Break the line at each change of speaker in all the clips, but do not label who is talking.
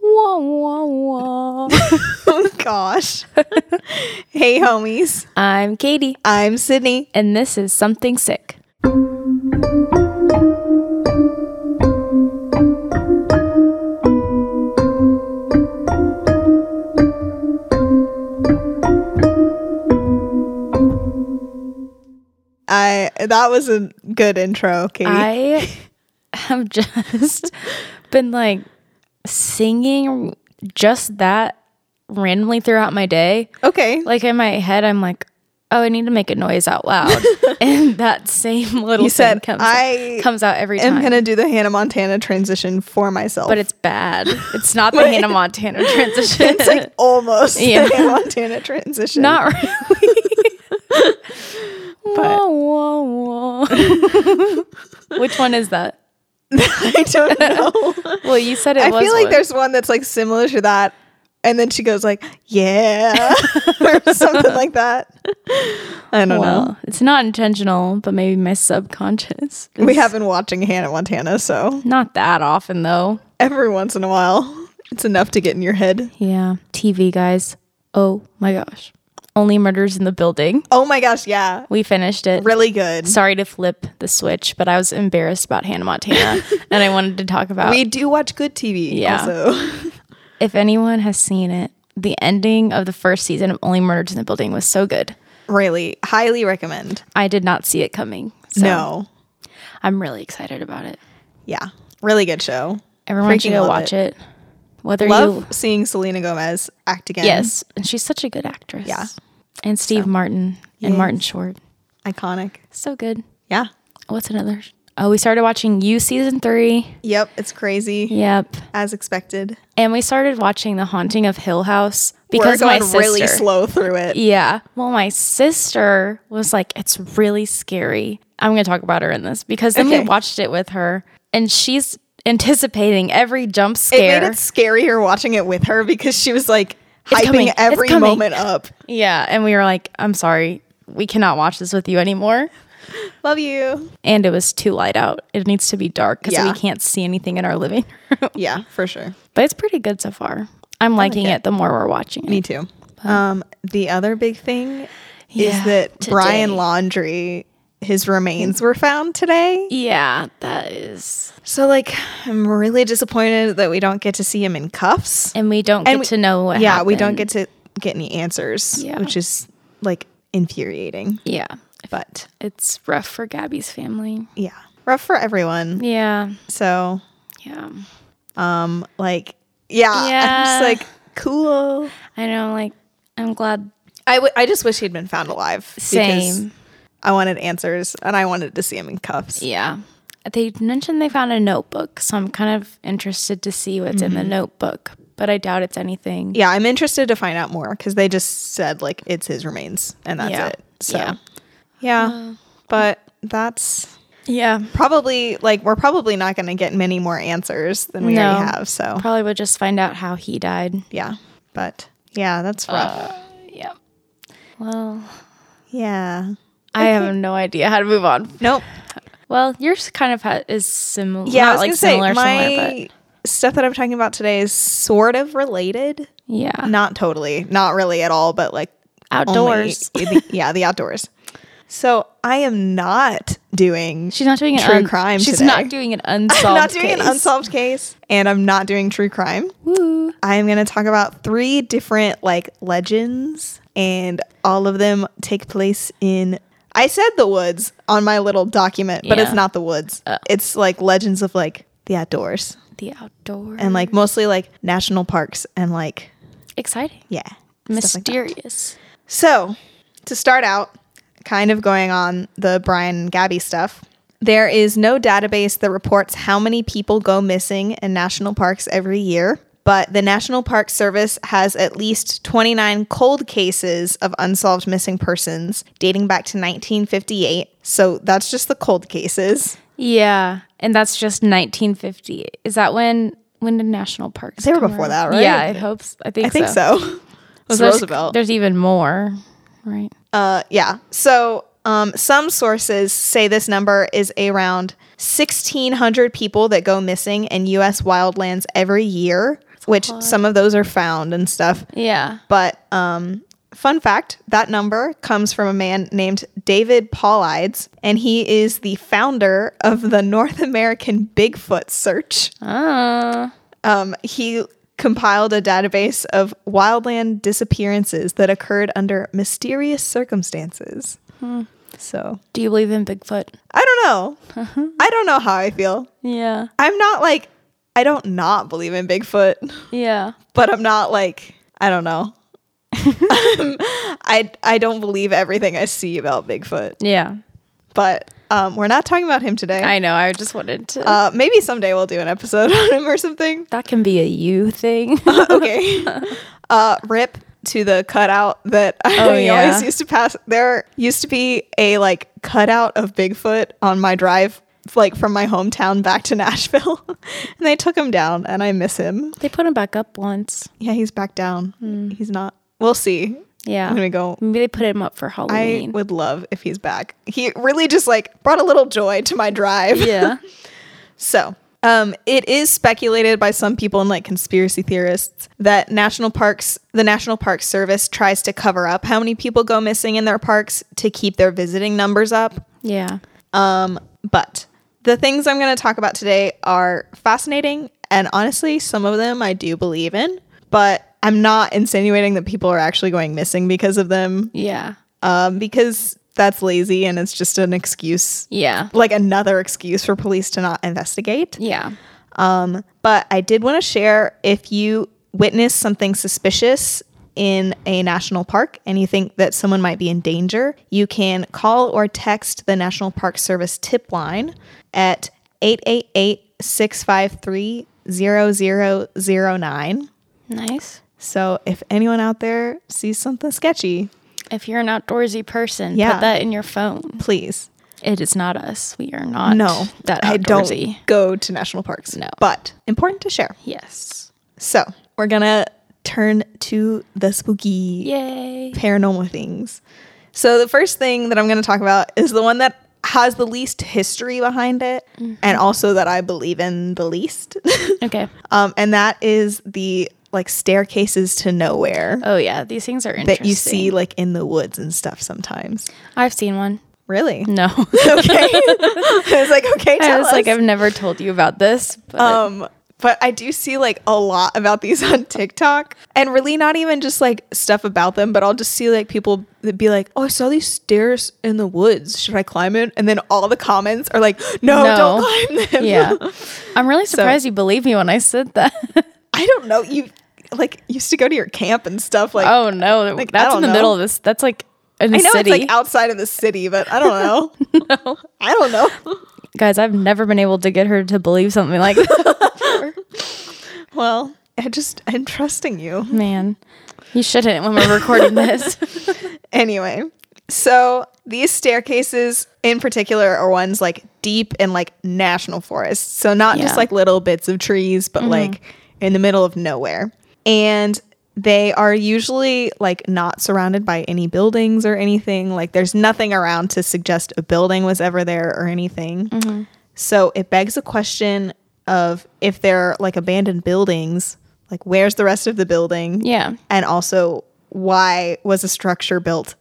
Wah, wah, wah.
oh gosh. hey homies.
I'm Katie,
I'm Sydney.
and this is Something Sick.
I that was a good intro, Katie.
I have just been like singing just that randomly throughout my day.
okay.
Like in my head, I'm like, oh, I need to make a noise out loud. and that same little
You
thing
said,
comes,
"I
comes out every time.
I'm gonna do the Hannah Montana transition for myself.
but it's bad. It's not the Hannah Montana transition.
it's like almost
Yeah.
the Hannah Montana transition.
Not really. Wah, wah, wah. Which one is that?
I don't know.
Well, you said it
I
was.
feel like
one.
there's one that's like similar to that. And then she goes like, Yeah or something like that. I don't know.
Well, it's not intentional, but maybe my subconscious.
We have been watching Hannah Montana, so
Not that often, though.
every once in a while, it's enough to get in your head.
Yeah. TV, guys. Oh my gosh. Only Murders in the Building.
Oh my gosh, yeah.
We finished it.
Really good.
Sorry to flip the switch, but I was embarrassed about Hannah Montana and I wanted to talk about
We do watch good TV
Uh, Yeah.
also.
if anyone has seen it. The ending of the first season of Only Murders in the Building was so good.
really, highly recommend.
I did not see it coming. So
No.
I'm really excited about it.
Yeah. Really good show.
Everyone
Freaking
should go
love
watch it. Whether
Love
you
seeing Selena Gomez act again.
Yes, and she's such a good actress.
Yeah.
And Steve Martin and Martin Short.
Iconic.
So good.
Yeah.
What's another? Oh, we started watching You season 3.
Yep, it's crazy
Yep.
as expected.
And we started watching The Haunting of Hill House
We're
because my
going
sister
really slow through it.
Yeah. Well, my sister was like, it's really scary. I'm going to talk about her in this because then
Okay.
we watched it with her and she's anticipating every jump
It
scare.
made it scarier watching it with her because she was like hyping
coming. It's
every
coming.
moment up.
yeah. And we were like, I'm sorry. We cannot watch this with you anymore.
Love you.
And it was too light out. It needs to be dark because
Yeah.
we can't see anything in our living room.
Yeah, for sure.
but it's pretty good so far. I'm liking it. the more we're watching
Me
it.
too. Um, the other big thing is
Yeah,
that Brian
today. Mm.
Laundry, his remains were found today.
Yeah, that is.
So like, I'm really disappointed that we don't get to see him in cuffs.
And we don't get
we-
to know what
yeah, we don't
happened.
get to get any answers,
Yeah.
which is like infuriating.
Yeah.
But
It's rough for Gabby's family.
yeah, rough for everyone.
Yeah.
So
Yeah.
um, like, yeah, I'm
Yeah.
just like cool.
I know, like, I'm glad.
I, w- I just wish he'd been found alive. because
Same.
I wanted answers, and I wanted to see him in cuffs.
Yeah. They mentioned they found a notebook, so I'm kind of interested to see what's in the notebook, but I doubt it's anything.
yeah, I'm interested to find out more because they just said like it's his remains and that's
Yeah.
it. So yeah,
Yeah. Uh,
but that's
Yeah.
probably like we're probably not going to get many more answers than we already
No.
have. So
Probably would just find out how he died.
yeah, but yeah, that's rough.
Yeah. Well,
yeah,
I have no idea how to move on.
nope.
Well, yours kind of ha- is similar.
Yeah,
not,
I was
like
gonna
similar,
say
similar,
my stuff that I'm talking about today is sort of related,
but yeah,
not totally, not really at all, but like only-
outdoors.
the- yeah, the outdoors. So I am not doing
She's not doing an
true
un-
crime
She's
today.
not doing an unsolved.
I'm not doing an
case.
unsolved case and I'm not doing true crime.
Woo.
I am going to talk about three different like legends and all of them take place in I said the woods on my little document, but it's
Yeah. Uh.
not the woods. It's like legends of like the outdoors
The outdoors
and like mostly like national parks and like
exciting,
yeah. stuff like that.
mysterious.
So, to start out, kind of going on the Brian and Gabby stuff, there is no database that reports how many people go missing in national parks every year, but the National Park Service has at least 29 cold cases of unsolved missing persons dating back to 1958. So, that's just the cold cases.
Yeah, and that's just 1950. Is that when when did national parks?
They were
come
before
around?
that, right?
Yeah, I hope. s- I think.
I think
so.
so. was
there's-
Roosevelt.
There's even more, right?
Uh, yeah. So um, some sources say this number is around 1,600 people that go missing in U.S. wildlands every year. which some of those are found and stuff.
Yeah.
But um, fun fact that number comes from a man named David Paulides, and he is the founder of the North American Bigfoot Search.
Oh.
Um, he compiled a database of wildland disappearances that occurred under mysterious circumstances. So
Do you believe in Bigfoot?
I don't know. I don't know how I feel.
Yeah.
I'm not like, I don't not believe in Bigfoot.
Yeah.
but I'm not like I don't know. I I don't believe everything I see about Bigfoot,
Yeah.
but um, we're not talking about him today.
I know. I just wanted to.
uh, maybe someday we'll do an episode on him or something.
that can be a you thing.
okay. Uh, rip to the cutout that
Oh,
we
yeah.
always used to pass. There used to be a like cutout of Bigfoot on my drive, like from my hometown back to Nashville, and they took him down, and I miss him.
they put him back up once.
Yeah, he's back down. He's not. We'll see. I'm
Hmm. Yeah.
gonna go
Maybe they put him up for
I
Halloween.
would love if he's back. He really just like brought a little joy to my drive.
yeah.
So, um, it is speculated by some people and like conspiracy theorists that national parks, the National Park Service tries to cover up how many people go missing in their parks to keep their visiting numbers up.
Yeah.
Um, but the things I'm going to talk about today are fascinating, and honestly, some of them I do believe in, but I'm not insinuating that people are actually going missing because of them
Yeah.
um, because that's lazy and it's just an excuse,
Yeah.
like another excuse for police to not investigate.
Yeah.
Um, but I did want to share if you witness something suspicious in a national park and you think that someone might be in danger, you can call or text the National Park Service tip line at 888 653 0009.
Nice.
So if anyone out there sees something sketchy,
If you're an outdoorsy person,
Yeah.
put that in your phone.
please
It is not us. We are not
no
that outdoorsy.
i don't go to national parks
No.
but important to share
Yes.
so we're gonna turn to the spooky
Yay.
paranormal things so the first thing that i'm gonna talk about is the one that has the least history behind it
Mm-hmm.
and also that i believe in the least
Okay.
um, and that is the like staircases to nowhere
Oh yeah, these things are interesting.
that you see like in the woods and stuff sometimes
I've seen one.
really
No.
okay i was like okay tell
Mm. I was
us.
like, I've never told you about this. But
Um, but I do see like a lot about these on TikTok and really not even just like stuff about them, but I'll just see like people that be like, Oh, I saw these stairs in the woods. Should I climb it? And then all the comments are like, No,
No.
don't climb them.
yeah. I'm really surprised you believed me when I said that.
I don't know. You like used to go to your camp and stuff like
oh no, that-
Like, I
that's in
don't
the
know.
middle of this. That's like in the
I know
city.
it's like outside of the city, but I don't know. no. I don't know.
Guys, I've never been able to get her to believe something like that.
Well, I just I'm trusting you.
Man, you shouldn't when we're recording this.
Anyway, so these staircases in particular are ones like deep in like national forests. So not just
Yeah.
like little bits of trees, but like in the middle of nowhere. And they are usually like not surrounded by any buildings or anything. Like there's nothing around to suggest a building was ever there or anything. So it begs the question of if they're like abandoned buildings, like where's the rest of the building?
yeah.
and also why was a structure built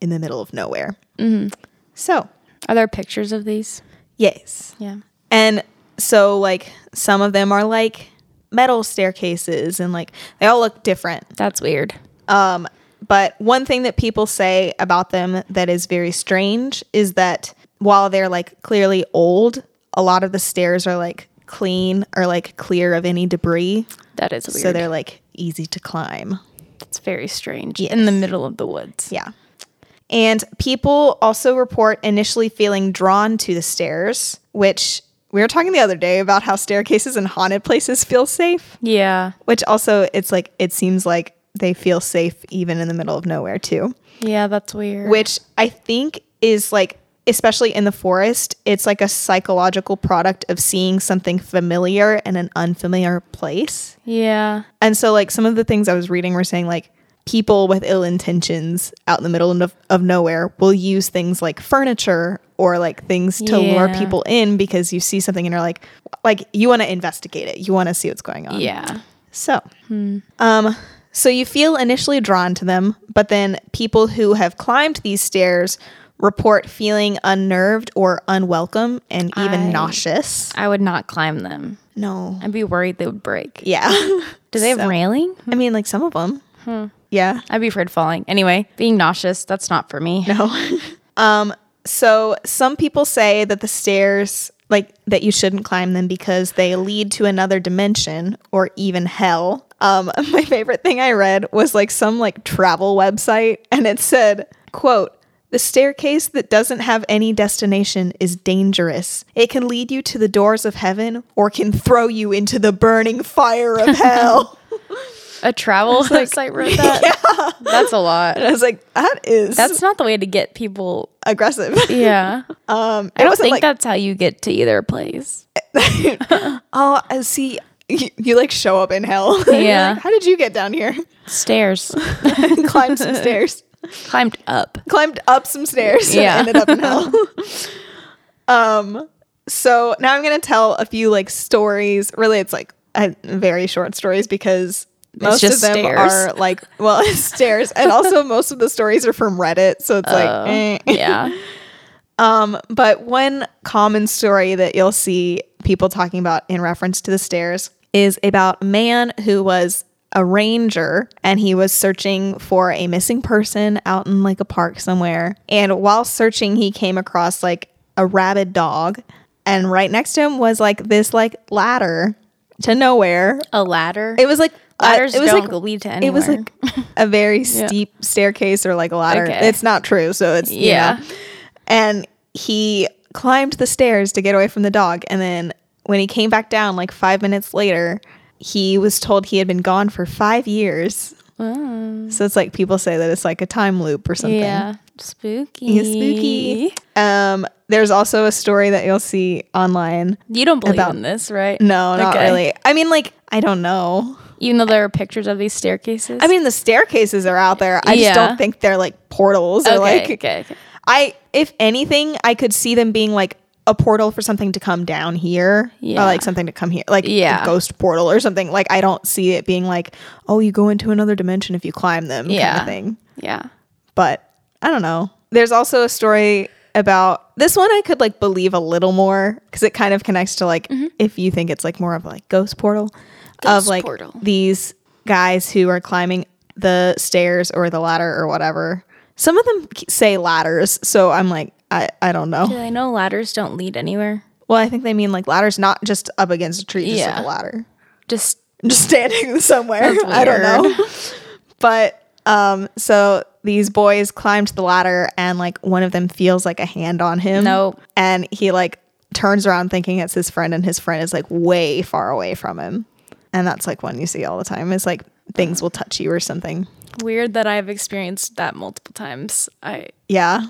in the middle of nowhere? Mm-hmm. So,
Are there pictures of these?
yes.
Yeah.
And so, like, some of them are like metal staircases and like they all look different.
That's weird.
Um, but one thing that people say about them that is very strange is that while they're like clearly old, a lot of the stairs are like clean or like clear of any debris.
That is weird.
So they're like easy to climb.
That's very strange. In the middle of the woods.
Yeah. And people also report initially feeling drawn to the stairs, which we were talking the other day about how staircases in haunted places feel safe,
Yeah.
which also it's like it seems like they feel safe even in the middle of nowhere too,
Yeah, that's weird.
which I think is like especially in the forest, it's like a psychological product of seeing something familiar in an unfamiliar place.
yeah.
And so, like, some of the things I was reading were saying, like, people with ill intentions out in the middle of, of nowhere will use things like furniture or like things to lure
Yeah.
Um, people in because you see something and you're like, like, you want to investigate it, you want to see what's going on.
Yeah. Hmm.
So, um, so you feel initially drawn to them, but then people who have climbed these stairs report feeling unnerved or unwelcome and even
I-
nauseous.
I would not climb them.
No.
I'd be worried they would break.
Yeah.
Do they have railing?
I mean, like some of them. Yeah.
I'd be afraid of falling. Anyway, being nauseous, that's not for me.
No. um, so some people say that the stairs, like that you shouldn't climb them because they lead to another dimension or even hell. Um, my favorite thing I read was like some like travel website and it said, quote, the staircase that doesn't have any destination is dangerous. It can lead you to the doors of heaven or can throw you into the burning fire of hell.
A travel website wrote that. That's a lot.
and I was like, that is
That's not the way to get people.
aggressive.
Yeah.
Um,
I
it
don't
wasn't
think
like,
that's how you get to either place.
Oh, I see, you, you like show up in hell. You're
Yeah.
like, How did you get down here?
Stairs.
Climbed some stairs.
Climbed up.
Climbed up some stairs.
Yeah.
And ended up in hell. um. So now I'm gonna tell a few like stories. Really, it's like uh, very short stories because most
just
of them
stairs.
are like well it's stairs, and also most of the stories are from Reddit. So it's
Oh.
like eh.
Yeah.
Um, but one common story that you'll see people talking about in reference to the stairs is about a man who was a ranger and he was searching for a missing person out in like a park somewhere. And while searching, he came across like a rabid dog, and right next to him was like this like ladder to nowhere.
A ladder.
It was like uh,
Ladders
it was
don't
like
lead to
it was
anywhere.
like a very steep staircase or like a ladder.
Okay.
It's not true, so it's yeah.
Yeah.
And he climbed the stairs to get away from the dog, and then when he came back down, like five minutes later, he was told he had been gone for five years. So it's like people say that it's like a time loop or something.
yeah. Spooky.
It's spooky. Um, there's also a story that you'll see online.
You don't believe
About-
in this, right?
No, not
Okay.
really. I mean, like I don't know.
Even though there are pictures of these staircases.
I mean, the staircases are out there. I just
Yeah.
don't think they're like portals or
okay,
like
okay, okay.
I. If anything, I could see them being like a portal for something to come down here,
Yeah.
or like something to come here, like a
Yeah.
ghost portal or something. Like I don't see it being like, oh, you go into another dimension if you climb them, kind
Yeah.
of thing.
Yeah.
But I don't know. There's also a story about this one I could like believe a little more because it kind of connects to like if you think it's like more of like ghost portal of
Ghost
like
portal.
these guys who are climbing the stairs or the ladder or whatever. Some of them k- say ladders, so I'm like, I, I don't know.
Do they know ladders don't lead anywhere?
Well, I think they mean like ladders, not just up against a tree, just like
Yeah.
a ladder
Just
just standing somewhere. I don't know. But um, so these boys climbed the ladder, and like one of them feels like a hand on him.
Nope.
And he like turns around thinking it's his friend, and his friend is like way far away from him. And that's like one you see all the time is like things will touch you or something.
weird that I've experienced that multiple times. I
Yeah.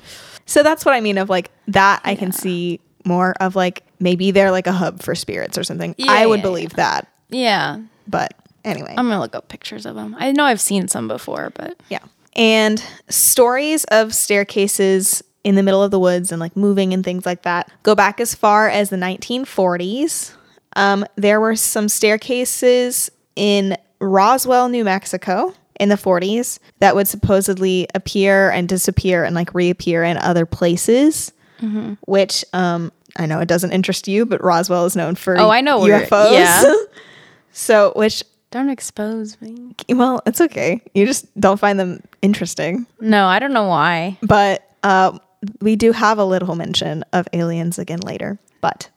So that's what I mean of like that I can see more of like maybe they're like a hub for spirits or something.
Yeah,
I would
yeah,
believe that.
yeah.
But anyway.
I'm gonna look up pictures of them. I know I've seen some before, but
Yeah. And stories of staircases in the middle of the woods and like moving and things like that go back as far as the 1940s. Um, there were some staircases in Roswell, New Mexico in the 40s that would supposedly appear and disappear and like reappear in other places,
Mm-hmm.
which um, I know it doesn't interest you, but Roswell is known for
Oh, I know where-
UFOs.
yeah.
so, which
don't expose me.
well, it's okay. You just don't find them interesting.
No, I don't know why.
But uh, we do have a little mention of aliens again later. But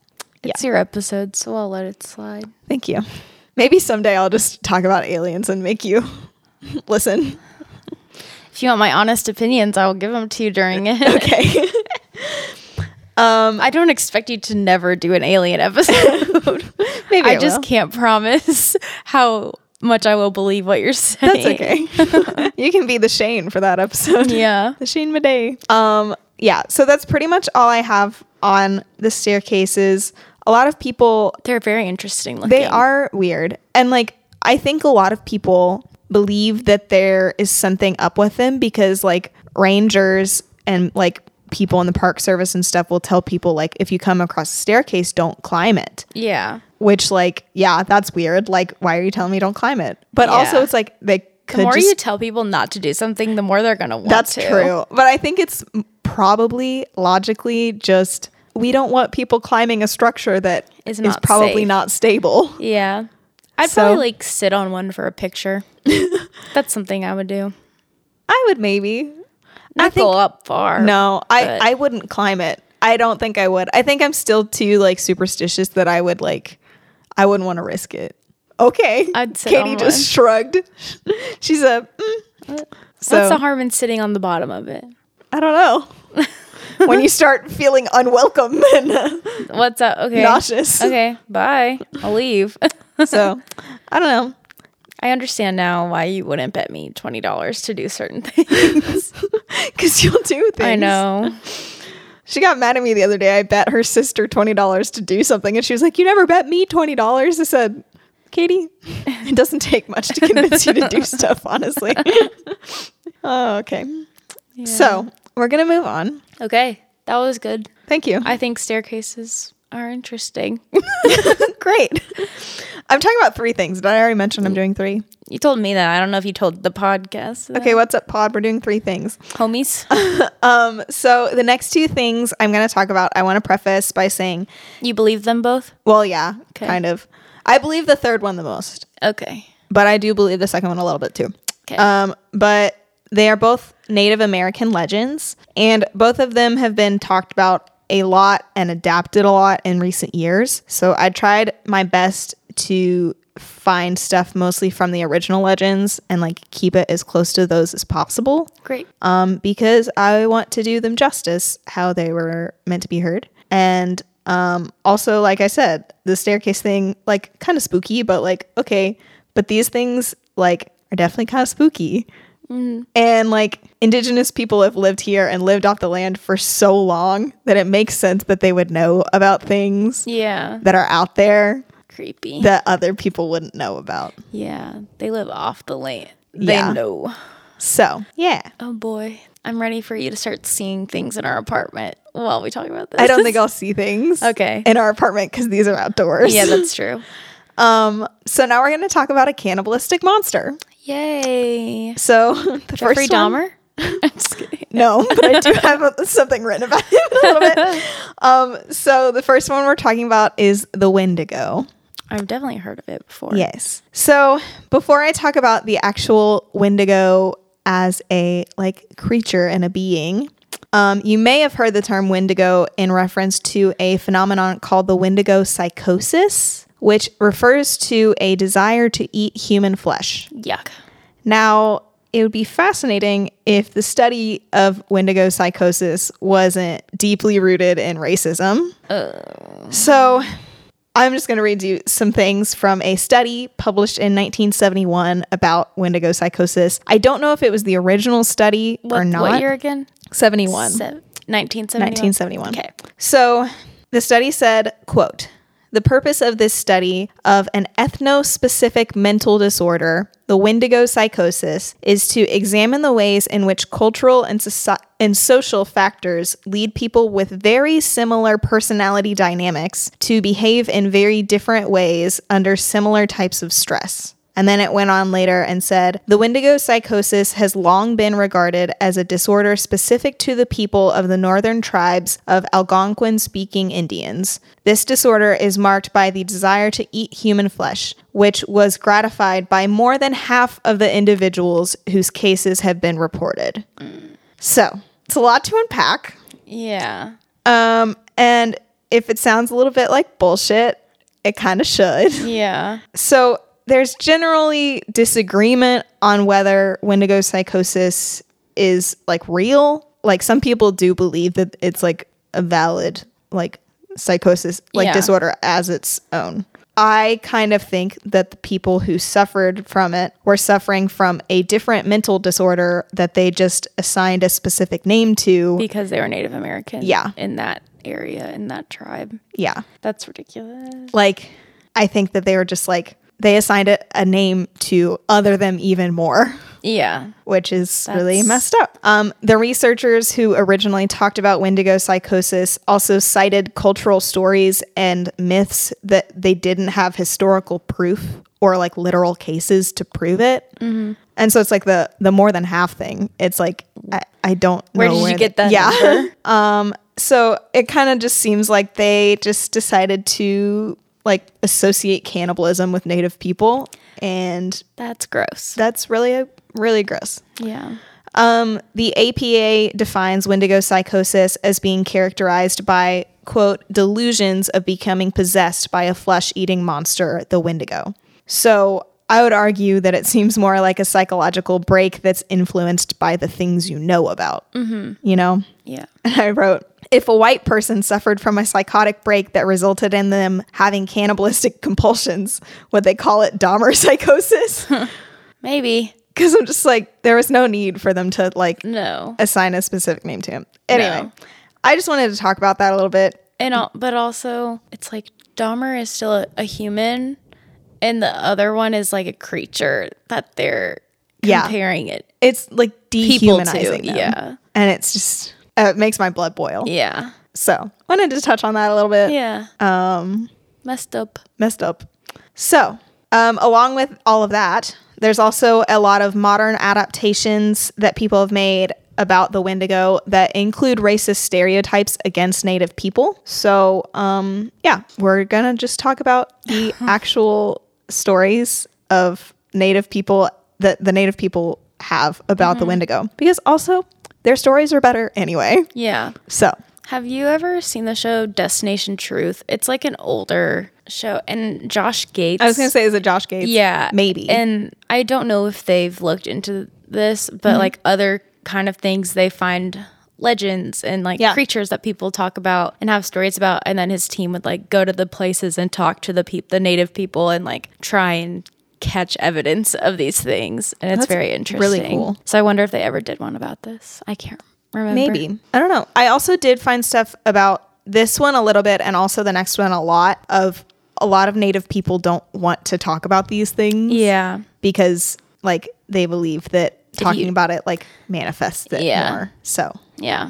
It's your episode, so I'll let it slide.
thank you. Maybe someday I'll just talk about aliens and make you listen.
If you want my honest opinions, I will give them to you during it. Um,
Okay.
I don't expect you to never do an alien episode.
Maybe
I
I
just
will.
can't promise how much I will believe what you're saying.
That's okay. you can be the Shane for that episode.
Yeah.
The Shane Madey. Um, yeah. So that's pretty much all I have on the staircases. A lot of people
They're very interesting looking.
They are weird. And like I think a lot of people believe that there is something up with them because like rangers and like people in the park service and stuff will tell people like if you come across a staircase don't climb it.
Yeah.
which like yeah, that's weird. Like why are you telling me don't climb it? But
Yeah.
also it's like they could
The more
just
you tell people not to do something, the more they're gonna want
That's
to.
true. But I think it's m- probably logically just we don't want people climbing a structure that
Is
is,
not
probably
safe.
not stable.
Yeah. I'd
So-
probably like sit on one for a picture. That's something I would do.
I would maybe.
Not
I think
go up far.
no, I
but-
I wouldn't climb it. I don't think I would. I think I'm still too like superstitious that I would like I wouldn't want to risk it. Okay.
I'd sit
Katie
on
just
one.
shrugged. She's a mm.
What's
so
the harm in sitting on the bottom of it?
I don't know. when you start feeling unwelcome and uh,
What's up? Okay.
nauseous.
Okay. Bye. I'll leave.
So, I don't know.
I understand now why you wouldn't bet me twenty dollars to do certain things.
Because you'll do things.
I know.
She got mad at me the other day. I bet her sister $20 to do something. And she was like, You never bet me $20. I said, Katie, it doesn't take much to convince you to do stuff, honestly. oh, okay. So we're going to move on.
Okay. That was good.
Thank you.
I think staircases are interesting.
Great. I'm talking about three things. Did I already mention I'm doing three?
you told me that. I don't know if you told the podcast. that.
Okay, what's up, Pod? We're doing three things.
Homies.
Um, so the next two things I'm going to talk about, I want to preface by saying,
You believe them both?
well, yeah,
Okay.
kind of. I believe the third one the most.
Okay.
but I do believe the second one a little bit too.
'Kay.
Um, but they are both Native American legends, and both of them have been talked about a lot and adapted a lot in recent years. So I tried my best to find stuff mostly from the original legends and like keep it as close to those as possible
Great.
um, because I want to do them justice how they were meant to be heard. And um, also, like I said, the staircase thing, like kind of spooky, but like, okay, but these things, like, are definitely kind of spooky.
Mm-hmm.
And like, indigenous people have lived here and lived off the land for so long that it makes sense that they would know about things
Yeah.
that are out there
Creepy.
that other people wouldn't know about.
yeah. They live off the land.
Yeah.
They know.
So, yeah.
Oh boy. I'm ready for you to start seeing things in our apartment while we talk about this.
I don't think I'll see things
Okay.
in our apartment because these are outdoors.
yeah, that's true.
Um, so now we're going to talk about a cannibalistic monster.
Yay.
So the
Jeffrey
first one-
Dahmer? I'm just kidding.
No, but I do have a- something written about him a little bit. Um, so the first one we're talking about is the Wendigo.
I've definitely heard of it before.
Yes. So before I talk about the actual Wendigo as a like creature and a being, um, you may have heard the term Wendigo in reference to a phenomenon called the Wendigo psychosis, which refers to a desire to eat human flesh.
Yuck.
Now, it would be fascinating if the study of Wendigo psychosis wasn't deeply rooted in racism.
Uh.
So, I'm just going to read you some things from a study published in 1971 about Wendigo psychosis. I don't know if it was the original study or
What,
not. Um,
what year again?
71.
Se- 1971.
1971.
Okay.
So the study said, quote, the purpose of this study of an ethno-specific mental disorder, the Wendigo psychosis, is to examine the ways in which cultural and, soci- and social factors lead people with very similar personality dynamics to behave in very different ways under similar types of stress. And then it went on later and said the Wendigo psychosis has long been regarded as a disorder specific to the people of the northern tribes of Algonquin speaking Indians. This disorder is marked by the desire to eat human flesh, which was gratified by more than half of the individuals whose cases have been reported. So it's a lot to unpack.
Yeah.
Um, and if it sounds a little bit like bullshit, it kind of should.
Yeah.
So there's generally disagreement on whether Wendigo psychosis is like real. Like some people do believe that it's like a valid like psychosis like
Yeah.
disorder as its own. I kind of think that the people who suffered from it were suffering from a different mental disorder that they just assigned a specific name to.
Because they were Native American.
Yeah.
In that area, in that tribe.
Yeah.
That's ridiculous.
Like I think that they were just like they assigned it a name to other them even more.
Yeah.
which is really
That's-
messed up. Um, the researchers who originally talked about Wendigo psychosis also cited cultural stories and myths that they didn't have historical proof or like literal cases to prove it.
Mm-hmm.
And so it's like the the more than half thing. It's like I, I don't
Where
know
did you
the-
get that
Yeah. um. So it kind of just seems like they just decided to like associate cannibalism with native people and
That's gross.
that's really really gross
Yeah.
um, the APA defines Wendigo psychosis as being characterized by, quote, delusions of becoming possessed by a flesh eating monster, the Wendigo. So I would argue that it seems more like a psychological break that's influenced by the things you know about, mm-hmm. you know?
Yeah.
And I wrote, if a white person suffered from a psychotic break that resulted in them having cannibalistic compulsions, would they call it Dahmer psychosis?
Maybe.
Because I'm just like, there was no need for them to like
No.
assign a specific name to him. Anyway,
No.
I just wanted to talk about that a little bit.
And all, but also it's like Dahmer is still a, a human and the other one is like a creature that they're
Yeah.
comparing it.
It's like
People too,
dehumanizing them.
yeah.
and it's just uh, it makes my blood boil.
Yeah.
So wanted to touch on that a little bit.
Yeah.
Um,
Messed up.
messed up. So, um, along with all of that, there's also a lot of modern adaptations that people have made about the Wendigo that include racist stereotypes against Native people. So, um, yeah, we're gonna just talk about the actual stories of Native people that the Native people have about the Wendigo, because also their stories are better anyway.
Yeah.
So,
Have you ever seen the show Destination Truth? It's like an older show, and Josh Gates.
I was gonna say, is it Josh Gates?
yeah,
maybe.
And I don't know if they've looked into this,
Mm-hmm.
but like other kind of things, they find legends and like
Yeah.
creatures that people talk about and have stories about, and then his team would like go to the places and talk to the peop the native people, and like try and catch evidence of these things, and it's
That's
very
really
interesting.
cool.
So I wonder if they ever did one about this. I can't remember.
Maybe. I don't know. I also did find stuff about this one a little bit and also the next one a lot of a lot of native people don't want to talk about these things
Yeah.
because like they believe that talking
you-
about it like manifests it
Yeah.
more. So,
Yeah.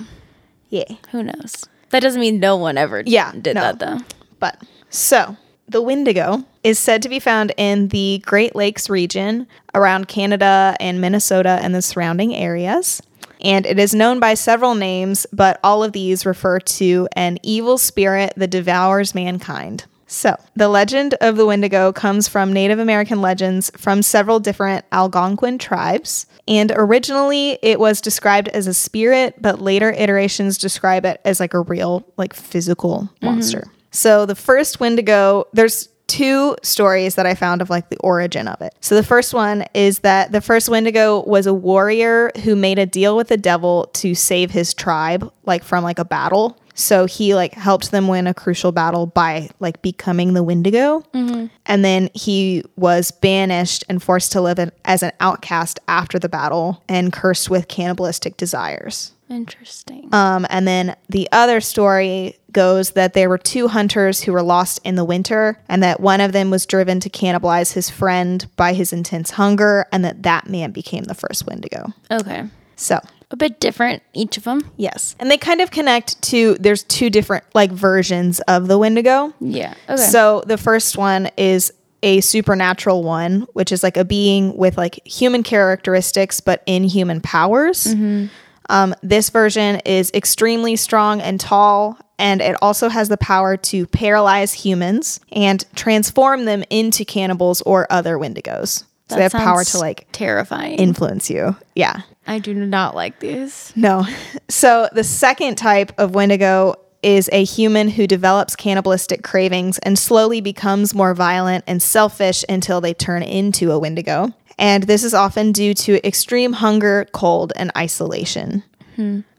yeah.
Who knows? That doesn't mean no one ever
Yeah,
did
no.
that though.
But so, the Wendigo is said to be found in the Great Lakes region around Canada and Minnesota and the surrounding areas. And it is known by several names, but all of these refer to an evil spirit that devours mankind. So, the legend of the Wendigo comes from Native American legends from several different Algonquin tribes. And originally, it was described as a spirit, but later iterations describe it as like a real, like physical monster. So, the first Wendigo, there's two stories that I found of like the origin of it. So the first one is that the first Wendigo was a warrior who made a deal with the devil to save his tribe like from like a battle. So he like helped them win a crucial battle by like becoming the Wendigo. And then he was banished and forced to live in, as an outcast after the battle and cursed with cannibalistic desires.
Interesting.
Um, and then the other story goes that there were two hunters who were lost in the winter, and that one of them was driven to cannibalize his friend by his intense hunger, and that that man became the first Wendigo.
okay.
So,
A bit different each of them.
yes. And they kind of connect to there's two different like versions of the Wendigo.
Yeah. Okay.
So the first one is a supernatural one, which is like a being with like human characteristics but inhuman powers.
Mm-hmm.
Um, this version is extremely strong and tall, and it also has the power to paralyze humans and transform them into cannibals or other Wendigos. So they have power
sounds
to like
terrifying.
influence you. Yeah.
I do not like these.
No. So the second type of Wendigo is a human who develops cannibalistic cravings and slowly becomes more violent and selfish until they turn into a Wendigo. And this is often due to extreme hunger, cold, and isolation.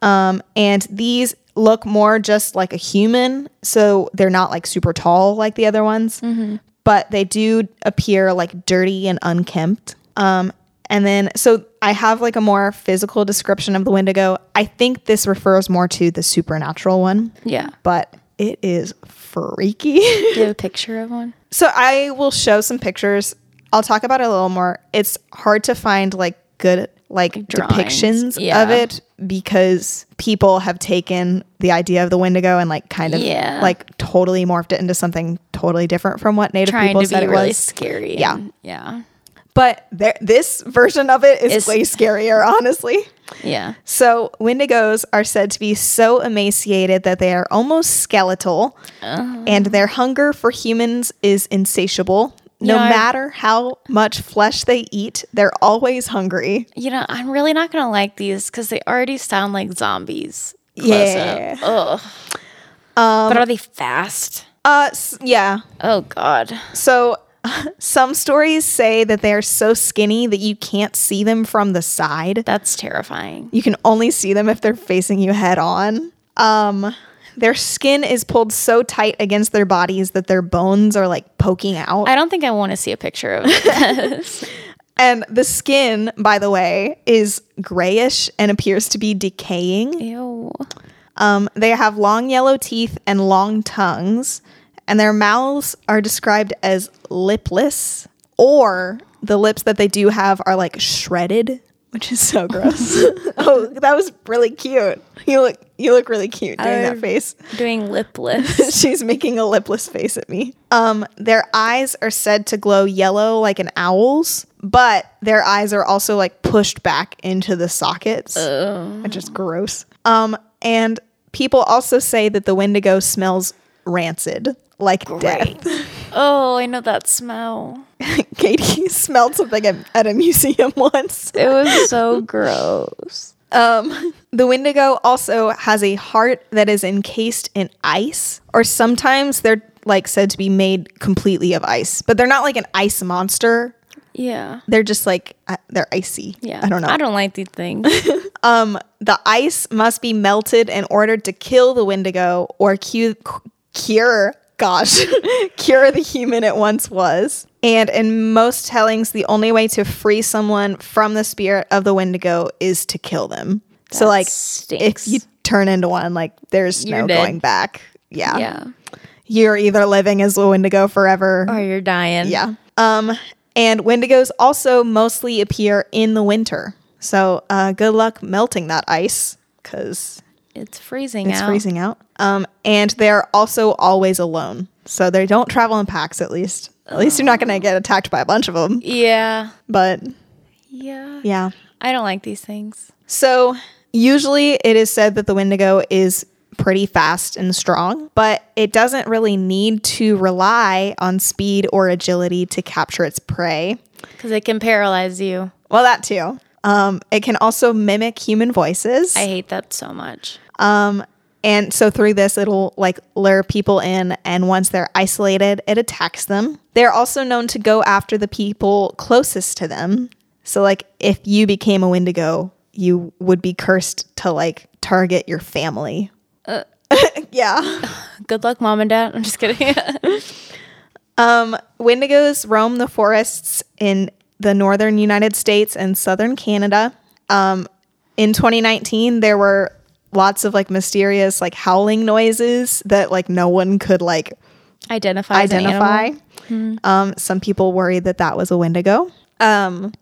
Um, and these look more just like a human, so they're not like super tall like the other ones, but they do appear like dirty and unkempt. Um, and then, so I have like a more physical description of the Wendigo. I think this refers more to the supernatural one,
Yeah.
but it is freaky.
Do you have a picture of one?
so I will show some pictures. I'll talk about it a little more. It's hard to find like good like
Drawings,
depictions
yeah.
of it because people have taken the idea of the Wendigo and like kind of
Yeah.
like totally morphed it into something totally different from what native
trying
people
to
said
be
it
really
was.
scary.
Yeah.
and- yeah,
But there, this version of it is
It's-
way scarier, honestly.
yeah.
So, Wendigos are said to be so emaciated that they are almost skeletal, and their hunger for humans is insatiable. No
know, I-
matter how much flesh they eat, they're always hungry.
You know, I'm really not gonna like these because they already sound like zombies. close
Yeah. Um,
up. Ugh. but are they fast?
Uh, s- yeah.
Oh God.
So, some stories say that they are so skinny that you can't see them from the side.
That's terrifying.
You can only see them if they're facing you head on. Um, their skin is pulled so tight against their bodies that their bones are like poking out.
I don't think I want to see a picture of this.
And the skin, by the way, is grayish and appears to be decaying.
Ew.
Um, they have long yellow teeth and long tongues, and their mouths are described as lipless, or the lips that they do have are like shredded, which is so gross. oh, that was really cute. You look, you look really cute doing that
I-
face.
Doing lipless.
She's making a lipless face at me. Um, their eyes are said to glow yellow like an owl's, but their eyes are also like pushed back into the sockets, which is gross. Um, and people also say that the Wendigo smells rancid, like death.
Oh, I know that smell.
Katie smelled something at, at a museum once.
It was so gross.
Um, the Wendigo also has a heart that is encased in ice, or sometimes they're like said to be made completely of ice, but they're not like an ice monster.
Yeah.
They're just like uh, they're icy.
Yeah.
I don't know.
I don't like these things.
um, the ice must be melted in order to kill the Wendigo or cu- cu- cure. Gosh, cure the human it once was. And in most tellings, the only way to free someone from the spirit of the Wendigo is to kill them. so,
That
like,
stinks.
if you turn into one, like, there's
You're
no
dead.
going back. Yeah.
yeah.
You're either living as a Wendigo forever
Or you're dying.
yeah. Um, and Wendigos also mostly appear in the winter. So uh, good luck melting that ice because
It's freezing
it's
out.
freezing out. Um, and they're also always alone. So they don't travel in packs, at least. At least you're not going to get attacked by a bunch of them.
Yeah.
But
Yeah.
yeah.
I don't like these things.
So usually it is said that the Wendigo is pretty fast and strong, but it doesn't really need to rely on speed or agility to capture its prey.
Because it can paralyze you.
Well, that too. Um, it can also mimic human voices.
I hate that so much.
um, and so through this, it'll like lure people in, and once they're isolated, it attacks them. They're also known to go after the people closest to them. So, like, if you became a Wendigo, you would be cursed to like target your family. yeah.
Good luck, mom and dad. I'm just kidding.
Um, Wendigos roam the forests in the northern United States and southern Canada. Um, in 2019, there were lots of like mysterious like howling noises that like no one could like
Identify. as an
identify.
animal. Hmm.
Um, some people worried that that was a Wendigo. Um,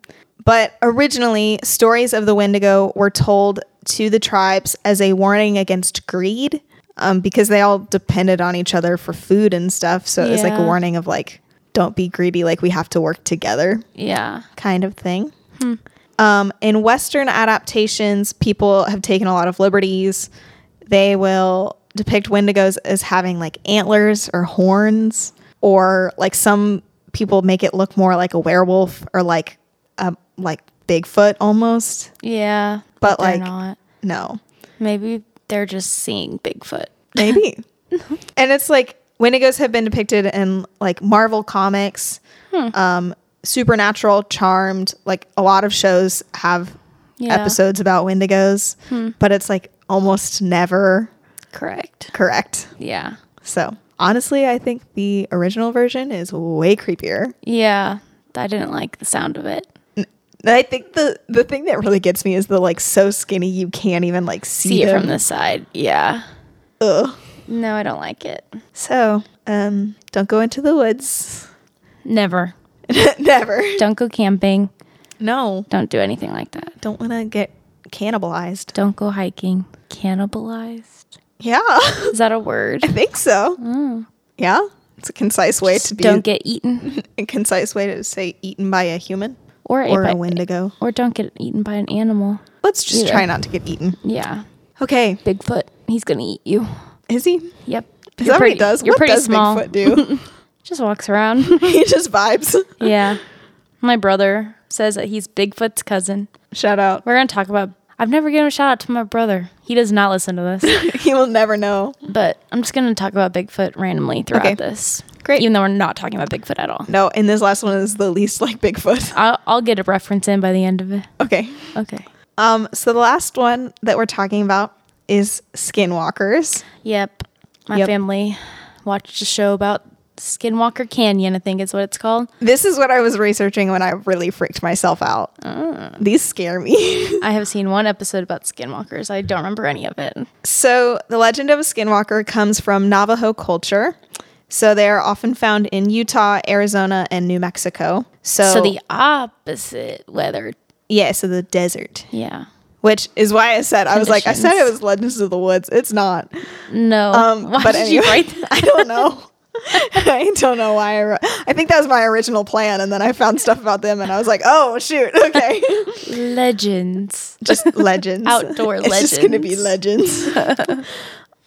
but originally, stories of the Wendigo were told to the tribes as a warning against greed um, because they all depended on each other for food and stuff. So it was like a
Yeah.
warning of like, don't be greedy, like we have to work together
Yeah.
kind of thing.
Hmm.
Um, in Western adaptations, people have taken a lot of liberties. They will depict wendigos as having like antlers or horns, or like some people make it look more like a werewolf or like a like Bigfoot almost.
Yeah.
But,
they're
like-
not.
No,
Maybe they're just seeing Bigfoot.
maybe. and it's like wendigos have been depicted in like Marvel comics,
Hmm.
um, Supernatural, Charmed. Like a lot of shows have
Yeah. Hmm.
episodes about Wendigos, but it's like almost never
Correct.
correct.
Yeah.
So honestly, I think the original version is way creepier.
Yeah. I didn't like the sound of it.
And I think the the thing that really gets me is the like so skinny you can't even like see,
See it
them.
from the side. Yeah.
Ugh.
No, I don't like it.
So um, don't go into the woods.
Never.
never.
Don't go camping.
No,
Don't do anything like that.
don't want to get cannibalized.
Don't go hiking. Cannibalized?
Yeah, I
Is that a word? Mm.
think so. Yeah, it's a concise way to be.
Don't get eaten.
a concise way to say eaten by a human
Or,
or
by,
a wendigo.
Or don't get eaten by an animal.
Let's just
Either.
try not to get eaten.
Yeah.
Okay,
Bigfoot, he's going to eat you.
is he?
Yep.
Is that what he does?
You're
what
pretty
does
small.
Bigfoot do?
Just walks around.
he just vibes.
yeah. My brother says that he's Bigfoot's cousin.
Shout out.
We're going to talk about. I've never given a shout out to my brother. He does not listen to this,
he will never know.
but I'm just going to talk about Bigfoot randomly throughout
Okay.
this.
Great.
Even though we're not talking about Bigfoot at all.
No, and this last one is the least like Bigfoot.
I'll, I'll get a reference in by the end of it.
Okay.
Okay.
Um, so the last one that we're talking about is skinwalkers.
Yep. My
Yep.
family watched a show about Skinwalker Canyon, I think is what it's called.
This is what I was researching when I really freaked myself out.
Ah.
These scare me.
I have seen one episode about skinwalkers. I don't remember any of it.
so, the legend of a skinwalker comes from Navajo culture. So, they are often found in Utah, Arizona, and New Mexico. So,
So the opposite weather.
yeah, so the desert,
Yeah.
which is why I said, I was like, I said it
Conditions.
was Legends of the Woods. It's not.
No.
Um,
Why
but
did
anyway,
you write that?
I don't know. I don't know why I wrote. I think that was my original plan, and then I found stuff about them, and I was like, "Oh shoot, okay."
Legends.
just legends,
Outdoor
it's Just gonna be legends.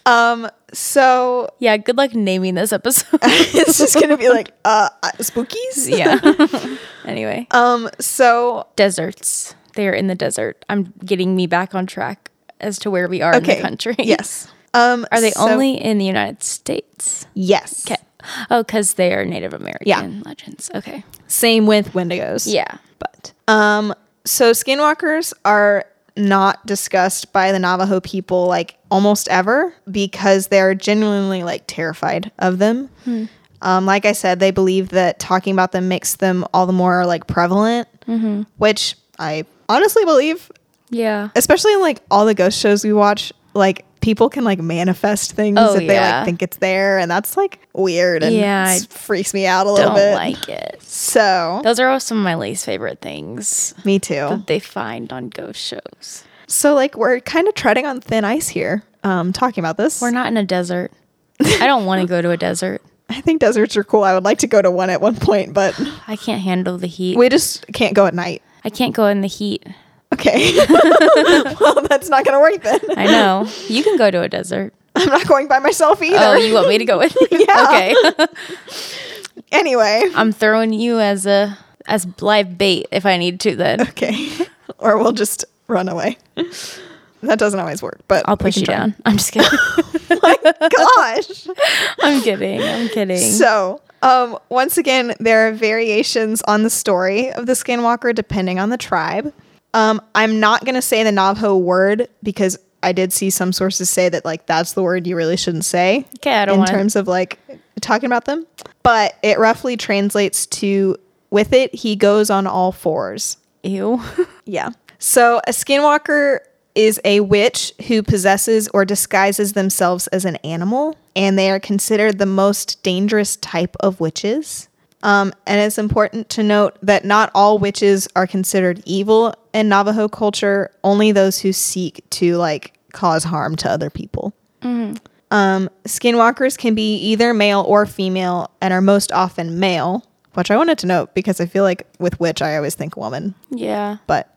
um. So
Yeah, good luck naming this episode.
it's just gonna be like uh uh, spookies.
yeah. anyway.
Um. So
Deserts. They are in the desert. I'm getting me back on track as to where we are in
okay,
the country.
Yes. Um.
Are they
so-
only in the United States?
yes?
Okay. Oh, because they are Native American legends. Okay.
Same with Wendigos.
Yeah.
but um so skinwalkers are not discussed by the navajo people like almost ever because they're genuinely like terrified of them
Hmm.
um, like i said they believe that talking about them makes them all the more like prevalent
Mm-hmm.
which i honestly believe
Yeah.
especially in like all the ghost shows we watch like people can like manifest things
Oh,
if they
yeah.
like think it's there and that's like weird and
Yeah, I
s- freaks me out a little
Don't
bit
like it.
so
Those are all some of my least favorite things
me too
that they find on ghost shows.
So like we're kind of treading on thin ice here, um, talking about this.
We're not in a desert. I don't want to go to a desert.
I think deserts are cool. I would like to go to one at one point, but
I can't handle the heat.
we just can't go at night.
I can't go in the heat.
Okay. well, that's not gonna work then.
I know. You can go to a desert.
I'm not going by myself either.
Oh, you want me to go with you?
Yeah.
Okay.
anyway.
I'm throwing you as a as live bait if I need to then.
Okay. or we'll just run away. That doesn't always work, but
I'll
we
push
can
you
try. Oh
down. I'm just kidding.
Gosh.
I'm kidding. I'm kidding.
So, um, once again, there are variations on the story of the skinwalker depending on the tribe. Um, I'm not going to say the Navajo word because I did see some sources say that like that's the word you really shouldn't say.
Okay, I don't
in
wanna-
terms of like talking about them, but it roughly translates to with it he goes on all fours.
Ew.
Yeah. So a skinwalker is a witch who possesses or disguises themselves as an animal, and they are considered the most dangerous type of witches. Um, and it's important to note that not all witches are considered evil in Navajo culture, only those who seek to like cause harm to other people. Um, skinwalkers can be either male or female and are most often male, which I wanted to note because I feel like with witch, I always think woman,
Yeah.
but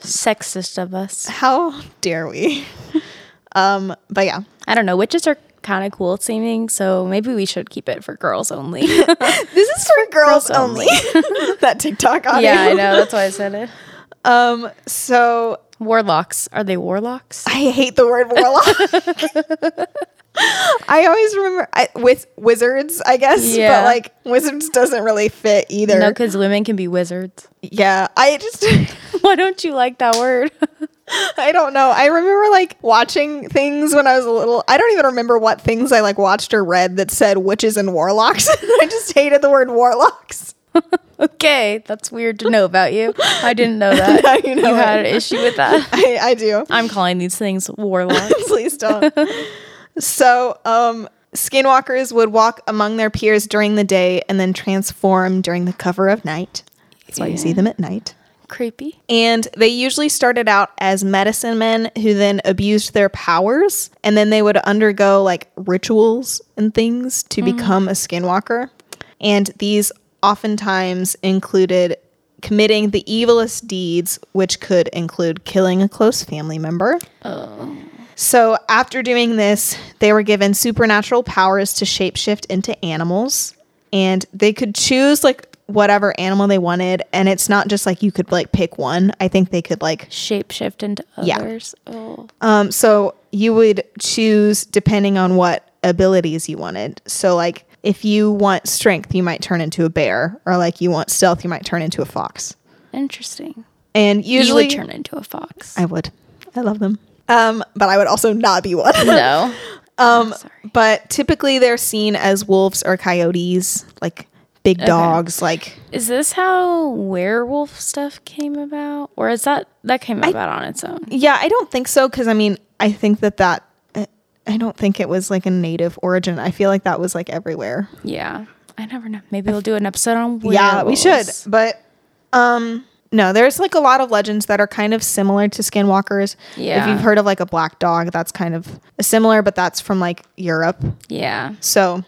Sexist of us.
how dare we? um, but yeah,
I don't know. Witches are kind of cool seeming, so maybe we should keep it for girls only.
this is for girls, only. that TikTok audio.
yeah, I know. That's why I said it.
Um, so
Warlocks. Are they warlocks?
I hate the word warlock. I always remember I, with wizards, I guess,
Yeah.
but like wizards doesn't really fit either.
No, because women can be wizards.
yeah, I just
Why don't you like that word?
I don't know. I remember like watching things when I was a little. I don't even remember what things I like watched or read that said witches and warlocks. I just hated the word warlocks.
okay, that's weird to know about you. I didn't know that.
Now you know
you had
it.
an issue with that.
I, I do.
I'm calling these things warlocks.
Please don't. so, um, skinwalkers would walk among their peers during the day and then transform during the cover of night. That's why you see them at night.
Creepy.
And they usually started out as medicine men who then abused their powers, and then they would undergo like rituals and things to become a skinwalker. And these oftentimes included committing the evilest deeds, which could include killing a close family member. So, after doing this, they were given supernatural powers to shapeshift into animals, and they could choose like whatever animal they wanted. And it's not just like you could like pick one. I think they could like
Shapeshift into
Yeah.
others. Oh.
um so you would choose depending on what abilities you wanted. So like if you want strength, you might turn into a bear, or like you want stealth, you might turn into a fox.
Interesting.
And usually
you would turn into a fox.
I would. I love them. Um but I would also not be one.
no.
Um,
sorry.
but typically they're seen as wolves or coyotes, like big dogs. Like
Is this how werewolf stuff came about, or is that that came about on its own?
yeah, I don't think so because I mean I think that that I- I don't think it was like a native origin. I feel like that was like everywhere.
Yeah, I never know. Maybe we'll do an episode on werewolves.
Yeah, we should. But um no, there's like a lot of legends that are kind of similar to skinwalkers. If
Yeah.
you've heard of like a black dog, that's kind of similar, but that's from like Europe.
Yeah,
So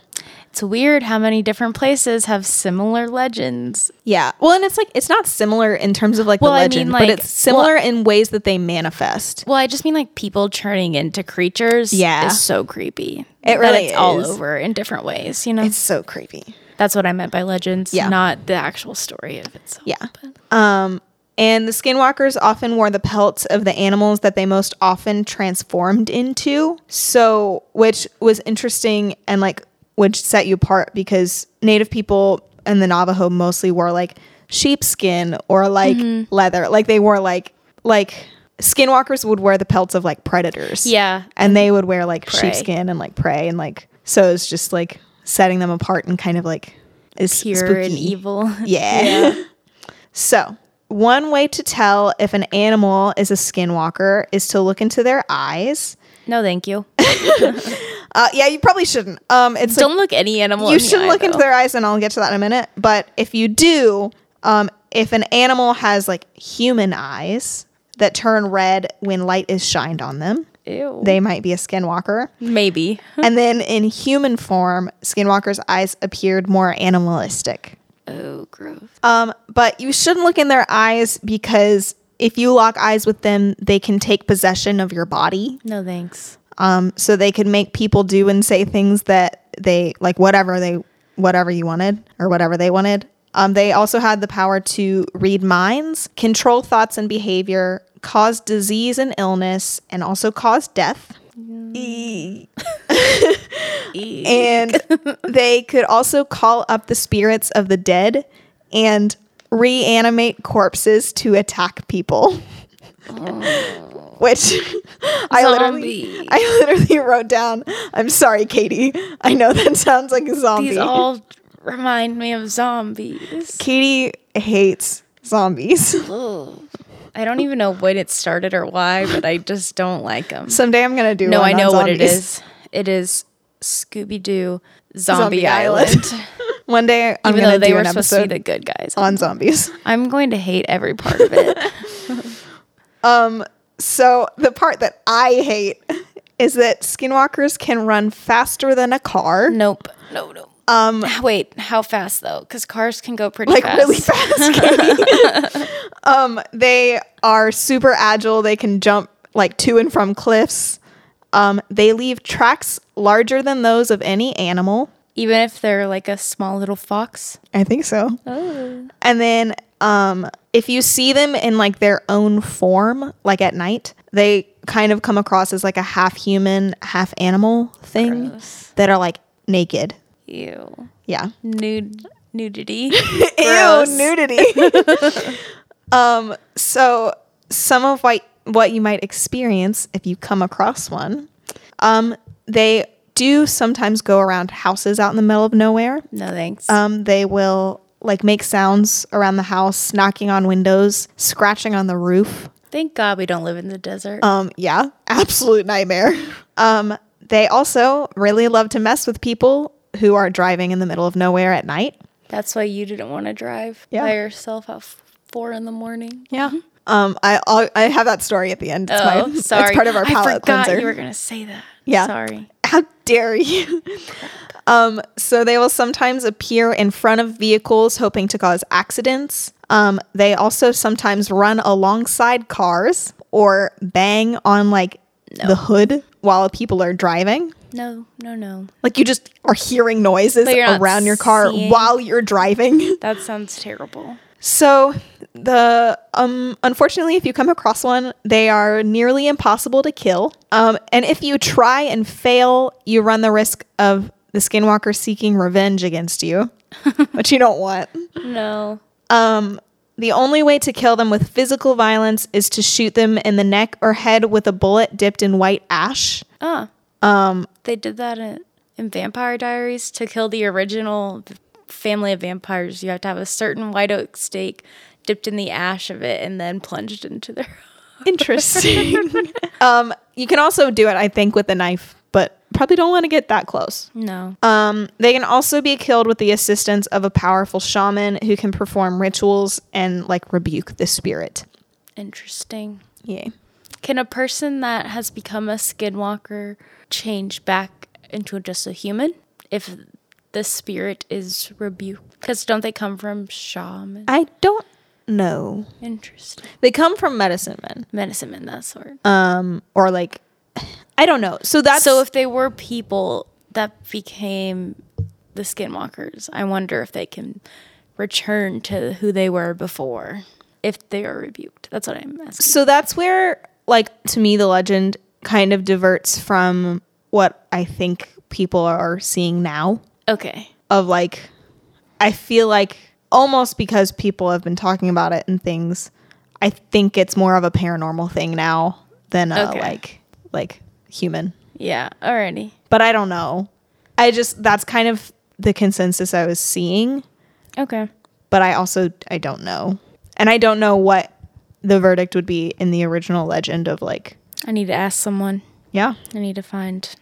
it's weird how many different places have similar legends.
yeah. Well, and it's like it's not similar in terms of like
Well,
the
I mean,
legend,
like-
but it's similar in ways that they manifest.
Well, I just mean like people turning into creatures.
Yeah.
is so creepy.
It
That
really
it's all
is.
over in different ways. You know,
It's so creepy.
that's what I meant by legends.
Yeah.
not the actual story of itself.
Yeah. Um, and the skinwalkers often wore the pelts of the animals that they most often transformed into. So, which was interesting and like which set you apart because native people and the Navajo mostly wore like sheepskin or like
Mm-hmm.
leather. Like they wore like like skinwalkers would wear the pelts of like predators.
Yeah.
And they would wear like sheepskin and like prey and like so it's just like setting them apart and kind of like is
pure and
spooky.
evil.
Yeah. so, one way to tell if an animal is a skinwalker is to look into their eyes.
no, thank you.
Uh, yeah, you probably shouldn't. Um, it's like,
Don't look any animal.
you
in the
should
eye,
look into
though.
their eyes, and I'll get to that in a minute. But if you do, um, if an animal has like human eyes that turn red when light is shined on them,
Ew.
they might be a skinwalker.
Maybe.
and then in human form, skinwalkers' eyes appeared more animalistic.
Oh, gross.
Um, but you shouldn't look in their eyes because if you lock eyes with them, they can take possession of your body.
No, thanks.
Um, so they can make people do and say things that they like, whatever they, whatever you wanted or whatever they wanted. Um, they also had the power to read minds, control thoughts and behavior, cause disease and illness, and also cause death. Eee. and they could also call up the spirits of the dead and reanimate corpses to attack people. Which I literally
Zombie.
I literally wrote down, I'm sorry, Katie. I know that sounds like a zombie.
These all remind me of zombies.
Katie hates zombies.
I don't even know when it started or why, but I just don't like them.
Someday I'm gonna do
no,
one
I
on
know what it
zombies.
is. It is Scooby Doo Zombie,
Zombie
Island.
One day I'm
even
gonna
though they
do
were
an
supposed to be
episode
the good guys,
on zombies.
I'm going to hate every part of it.
So the part that I hate is that skinwalkers can run faster than a car.
nope. No, no. Um. Wait. How fast though? Because cars can go pretty
Like
fast.
really fast. Katie. um, they are super agile. They can jump like to and from cliffs. Um, they leave tracks larger than those of any animal.
Even if they're like a small little fox.
I think so.
Oh.
And then um, if you see them in like their own form, like at night, they kind of come across as like a half human, half animal thing
Gross.
that are like naked.
Ew.
Yeah.
Nude nudity.
Ew,
Gross.
nudity. um, so some of what what you might experience if you come across one, um, they do sometimes go around houses out in the middle of nowhere.
No thanks.
Um, they will like make sounds around the house, knocking on windows, scratching on the roof.
Thank God we don't live in the desert.
Um, yeah, absolute nightmare. Um, they also really love to mess with people who are driving in the middle of nowhere at night.
That's why you didn't want to drive
Yeah.
by yourself out f- four in the morning.
Yeah. Um, I I'll, I have that story at the end. It's
Oh,
my,
sorry.
It's part of our
I
palate
forgot
cleanser.
you were gonna say that.
Yeah.
Sorry.
How dare you? um, so they will sometimes appear in front of vehicles hoping to cause accidents. Um, they also sometimes run alongside cars or bang on like the hood while people are driving.
No, no, no.
Like you just are hearing noises
But you're not
around your car
seeing.
while you're driving.
That sounds terrible.
So the um unfortunately if you come across one, they are nearly impossible to kill. Um and if you try and fail, you run the risk of the skinwalker seeking revenge against you, which you don't want.
No.
Um the only way to kill them with physical violence is to shoot them in the neck or head with a bullet dipped in white ash.
Ah.
Um
They did that in, in Vampire Diaries to kill the original v- family of vampires. You have to have a certain white oak steak dipped in the ash of it and then plunged into their.
interesting. um you can also do it I think with a knife, but probably don't want to get that close.
No.
Um, they can also be killed with the assistance of a powerful shaman who can perform rituals and like rebuke the spirit.
Interesting.
Yeah.
Can a person that has become a skinwalker change back into just a human if the spirit is rebuked? Because don't they come from shaman?
I don't know.
Interesting.
They come from medicine men.
Medicine men, that sort.
Um, or like I don't know. So that's
so if they were people that became the skinwalkers, I wonder if they can return to who they were before if they are rebuked. That's what I'm asking.
so that's where like to me the legend kind of diverts from what I think people are seeing now.
Okay.
of like I feel like almost because people have been talking about it and things, I think it's more of a paranormal thing now than a
Okay.
like like human.
Yeah. Alrighty.
But I don't know. I just that's kind of the consensus I was seeing,
Okay.
but I also I don't know. And I don't know what the verdict would be in the original legend of like
I need to ask someone.
yeah.
I need to find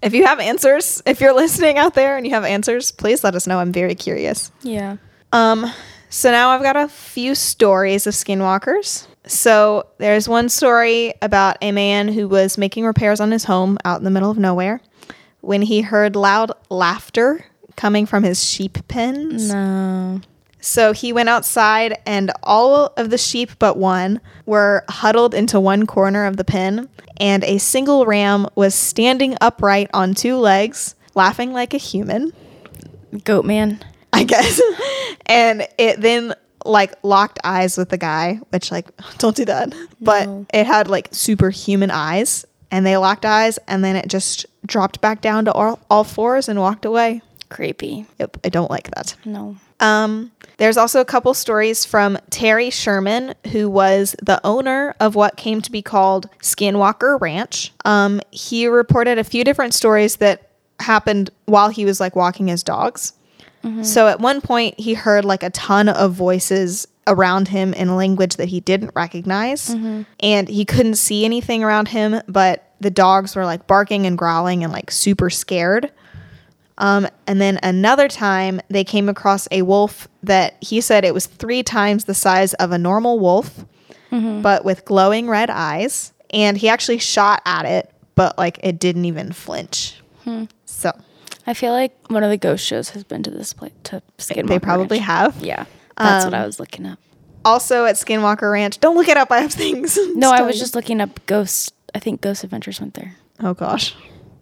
If you have answers, if you're listening out there and you have answers, please let us know. I'm very curious.
Yeah.
Um, so now I've got a few stories of skinwalkers. So there's one story about a man who was making repairs on his home out in the middle of nowhere when he heard loud laughter coming from his sheep pens.
No.
So he went outside, and all of the sheep but one were huddled into one corner of the pen, and a single ram was standing upright on two legs, laughing like a human.
Goat man.
I guess. and it then like locked eyes with the guy, which like don't do that. But
No.
it had like superhuman eyes and they locked eyes and then it just dropped back down to all, all fours and walked away.
Creepy.
Yep, I don't like that.
No.
Um, there's also a couple stories from Terry Sherman, who was the owner of what came to be called Skinwalker Ranch. Um, he reported a few different stories that happened while he was like walking his dogs. So at one point, he heard like a ton of voices around him in a language that he didn't recognize. And he couldn't see anything around him, but the dogs were like barking and growling and like super scared. Um, and then another time, they came across a wolf that he said it was three times the size of a normal wolf,
Mm-hmm.
but with glowing red eyes. And he actually shot at it, but like it didn't even flinch.
Hmm.
So
I feel like one of the ghost shows has been to this place to Skinwalker.
they probably um,
Ranch.
have.
Yeah. That's what I was looking up.
Also at Skinwalker Ranch, don't look it up. I have things.
No, I was
Still-
just looking up ghosts. I think Ghost Adventures went there.
Oh gosh.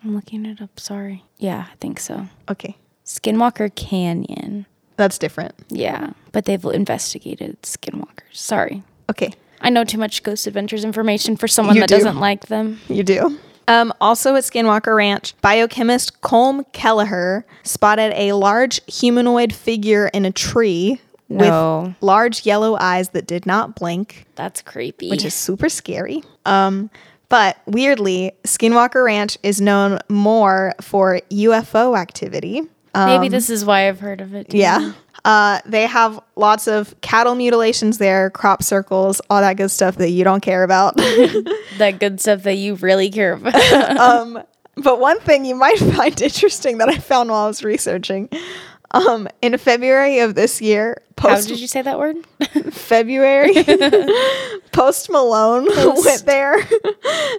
I'm looking it up. Sorry. Yeah, I think so.
Okay,
Skinwalker Canyon.
that's different.
Yeah, but they've investigated skinwalkers. Sorry.
Okay,
I know too much Ghost Adventures information for someone
You
that
do.
doesn't like them.
You do. Um, also at Skinwalker Ranch, biochemist Colm Kelleher spotted a large humanoid figure in a tree
No.
with large yellow eyes that did not blink,
That's creepy.
which is super scary. Um, but weirdly, Skinwalker Ranch is known more for UFO activity.
maybe this is why I've heard of it.
um, Yeah. Uh, they have lots of cattle mutilations there, crop circles, all that good stuff that you don't care about.
That good stuff that you really care about.
um, but one thing you might find interesting that I found while I was researching Um, in February of this year,
How
post
did you say that word?
February, Post Malone went there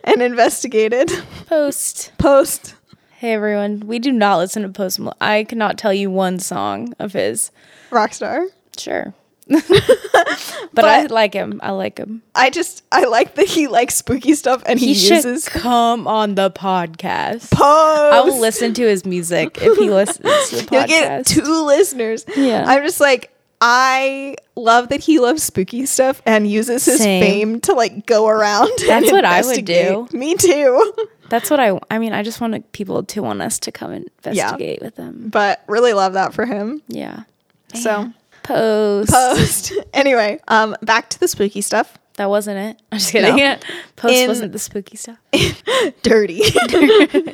and investigated.
Post.
Post
Hey everyone, we do not listen to Post Malone. I cannot tell you one song of his.
Rockstar.
Sure. but, I like him. I like him.
I just I like that he likes spooky stuff and
He
he,
should
uses
come on the podcast.
post.
I will listen to his music if he listens to the
You'll get
podcast.
two listeners.
Yeah.
I'm just like I love that he loves spooky stuff and uses his
Same.
fame to like go around. and
That's what I would do.
investigate. Me too.
That's what I. I mean, I just want people to want us to come investigate with them.
But really love that for him.
Yeah.
So
Post.
post. anyway, um back to the spooky stuff.
That wasn't it. I'm just kidding. Post
In-
wasn't the spooky stuff.
dirty.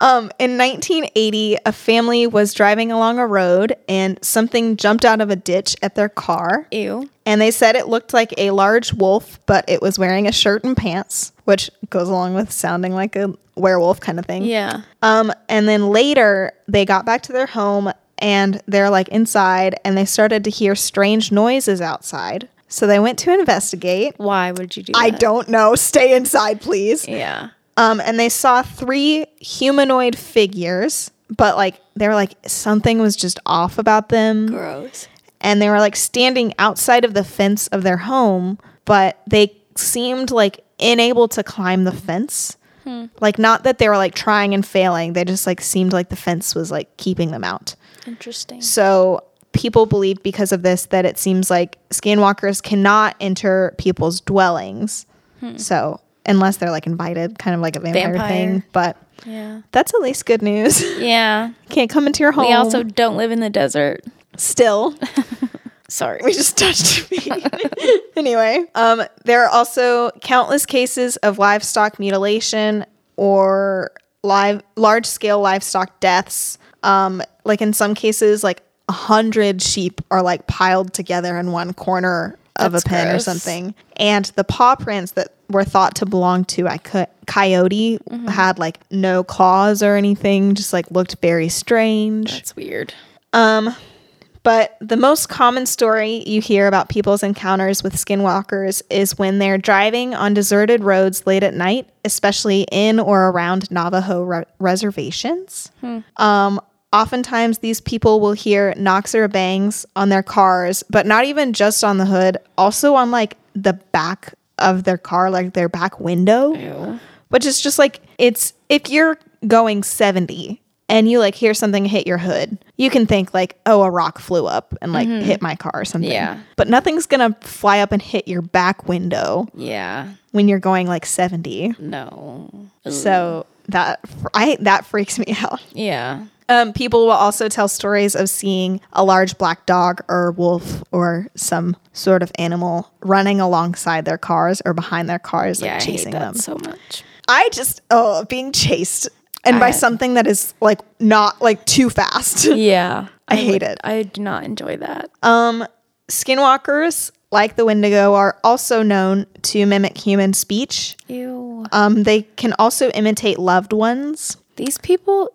um, in 1980, a family was driving along a road and something jumped out of a ditch at their car.
Ew.
And they said it looked like a large wolf, but it was wearing a shirt and pants, which goes along with sounding like a werewolf kind of thing.
Yeah.
Um, and then later, they got back to their home and they're like inside and they started to hear strange noises outside. So they went to investigate.
Why would you do
I
that?
don't know. Stay inside, please.
Yeah.
Um, and they saw three humanoid figures, but like they were like something was just off about them,
Gross.
and they were like standing outside of the fence of their home, but they seemed like unable to climb the fence.
Hmm.
Like not that they were like trying and failing, they just like seemed like the fence was like keeping them out.
Interesting.
So people believe because of this that it seems like skinwalkers cannot enter people's dwellings.
Hmm.
So unless they're like invited, kind of like a vampire,
Vampire.
thing. But
Yeah.
that's at least good news.
Yeah.
Can't come into your home.
We also don't live in the desert.
still
Sorry.
we just touched me. anyway, um, there are also countless cases of livestock mutilation or live large scale livestock deaths. Um, like in some cases, like a hundred sheep are like piled together in one corner of
That's
a pen
gross.
or something, and the paw prints that were thought to belong to a co- coyote
Mm-hmm.
had like no claws or anything, just like looked very strange.
That's weird.
But the most common story you hear about people's encounters with skinwalkers is when they're driving on deserted roads late at night, especially in or around Navajo re- reservations. Um, oftentimes, these people will hear knocks or bangs on their cars, but not even just on the hood, also on like the back of their car, like their back window
Ew.
which is just like it's if you're going 70 and you like hear something hit your hood you can think like oh a rock flew up and like hit my car or something
Mm-hmm. Yeah.
but nothing's gonna fly up and hit your back window
Yeah.
when you're going like 70
No.
so that i that freaks me out
Yeah.
um, people will also tell stories of seeing a large black dog or wolf or some sort of animal running alongside their cars or behind their cars like
Yeah. I hate
chasing
that
them
so much.
I just oh being chased and by
I-
something that is like not like too fast.
Yeah.
I hate it.
I do not enjoy that.
Um skinwalkers like the Wendigo are also known to mimic human speech.
Ew.
Um they can also imitate loved ones.
These people,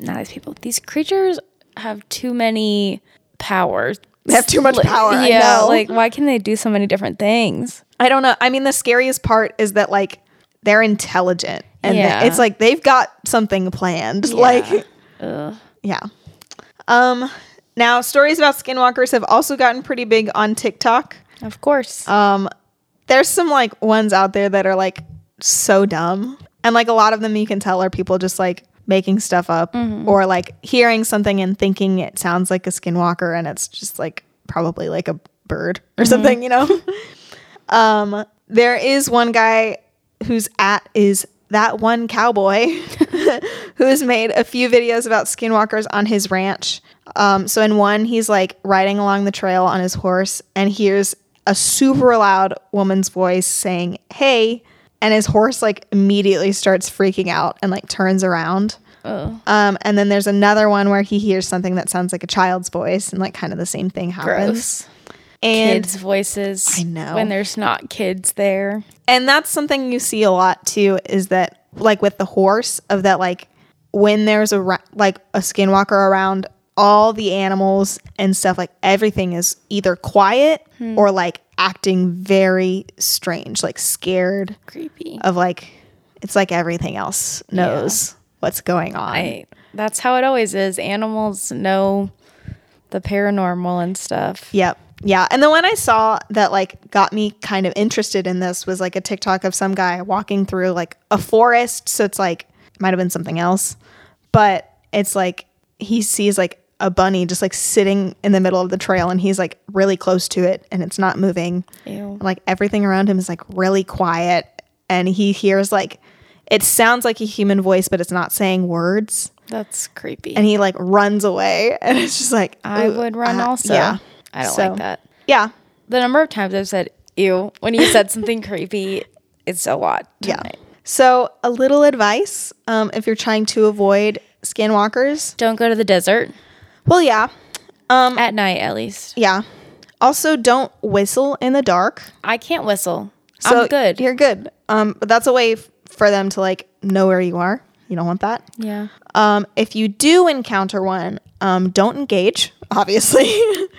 not these people, these creatures have too many powers.
They have too much
Like,
power. I
Yeah,
know.
like why can they do so many different things?
I don't know. I mean the scariest part is that like they're intelligent and they-
Yeah.
it's like they've got something planned. Like Yeah. Um now stories about skinwalkers have also gotten pretty big on TikTok.
Of course.
Um, there's some like ones out there that are like so dumb, and like a lot of them you can tell are people just like making stuff up or like hearing something and thinking it sounds like a skinwalker, and it's just like probably like a bird or something, you know. um, there is one guy whose at is that one cowboy who has made a few videos about skinwalkers on his ranch. Um, so in one, he's like riding along the trail on his horse and hears a super loud woman's voice saying, "Hey!" and his horse like immediately starts freaking out and like turns around.
oh,
Um, and then there's another one where he hears something that sounds like a child's voice and like kind of the same thing happens.
gross.
And
kids' voices.
I know.
when there's not kids there.
and that's something you see a lot too is that like with the horse of that like when there's a ra- like a skinwalker around all the animals and stuff like everything is either quiet or like acting very strange, like scared
Creepy.
of like it's like everything else knows what's going on.
I, that's how it always is. Animals know the paranormal and stuff.
Yep. Yeah. And the one I saw that like got me kind of interested in this was like a TikTok of some guy walking through like a forest. So it's like it might have been something else. But it's like he sees like a bunny just like sitting in the middle of the trail and he's like really close to it and it's not moving.
Ew.
Like everything around him is like really quiet and he hears like it sounds like a human voice, but it's not saying words.
That's creepy.
And he like runs away and it's just like
I
ooh,
would run
ah,
also.
Yeah.
I don't
So,
like that.
Yeah.
The number of times I've said ew when you said something creepy, it's a lot.
Yeah. So, a little advice um, if you're trying to avoid skinwalkers.
Don't go to the desert
Well, yeah. Um,
at night, at least.
Yeah. Also, don't whistle in the dark.
I can't whistle.
So
I'm good.
You're good. Um, but that's a way f- for them to like know where you are. You don't want that.
Yeah.
Um, if you do encounter one, um, don't engage, obviously.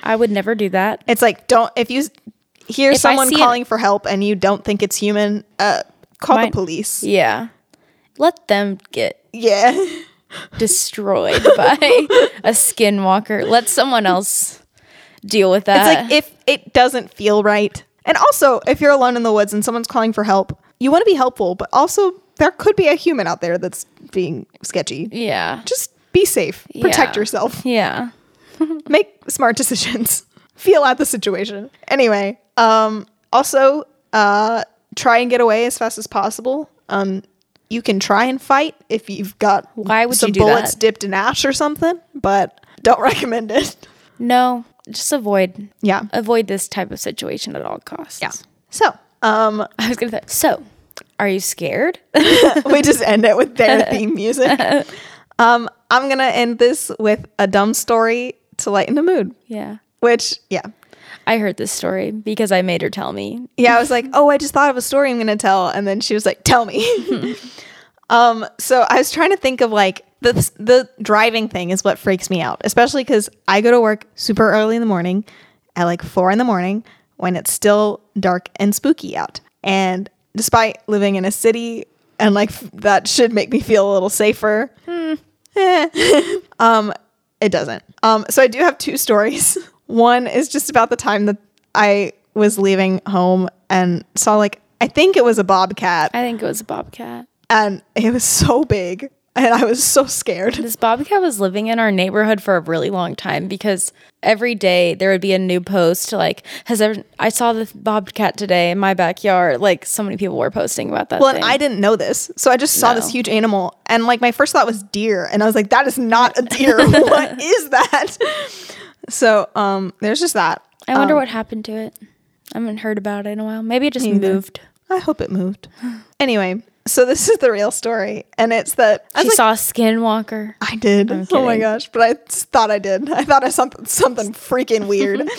I would never do that.
it's like, don't, if you s- hear
If I
someone
see an-
calling for help and you don't think it's human, uh, call
Mine-
the police.
Yeah. Let them get
Yeah.
destroyed by a skinwalker. Let someone else deal with that.
It's like if it doesn't feel right. And also, if you're alone in the woods and someone's calling for help, you want to be helpful, but also there could be a human out there that's being sketchy.
yeah.
Just be safe. Protect
Yeah.
yourself.
Yeah.
Make smart decisions. Feel out the situation. Anyway, um also uh try and get away as fast as possible. Um you can try and fight if you've got
Why would you
some
do
bullets
that?
dipped in ash or something, but don't recommend it.
No, just avoid
Yeah.
avoid this type of situation at all costs.
Yeah. So, um
I was gonna say. So, are you scared?
we just end it with their theme music. Um, I'm gonna end this with a dumb story to lighten the mood.
yeah.
Which, yeah,
I heard this story because I made her tell me.
yeah, I was like, oh, I just thought of a story I'm gonna tell, and then she was like, tell me. um, so I was trying to think of like the the driving thing is what freaks me out, especially because I go to work super early in the morning, at like four in the morning when it's still dark and spooky out, and despite living in a city and like f- that should make me feel a little safer. It doesn't. Um, so I do have two stories. One is just about the time that I was leaving home and saw like I think it was a bobcat
I think it was a bobcat.
and it was so big and I was so scared.
This bobcat was living in our neighborhood for a really long time because every day there would be a new post like has ever I saw the bobcat today in my backyard. Like so many people were posting about that.
Well, and
thing.
I didn't know this, so I just saw this
No.
huge animal, and like my first thought was deer, and I was like, "That is not a deer. what is that?" So, um, there's just that.
I wonder what happened to it. I haven't heard about it in a while. Maybe it just moved.
I hope it moved. Anyway, so this is the real story, and it's that I was
She
like,
saw a skinwalker.
I did. oh my
kidding.
gosh! But I s- thought I did. I thought I saw something, something freaking weird.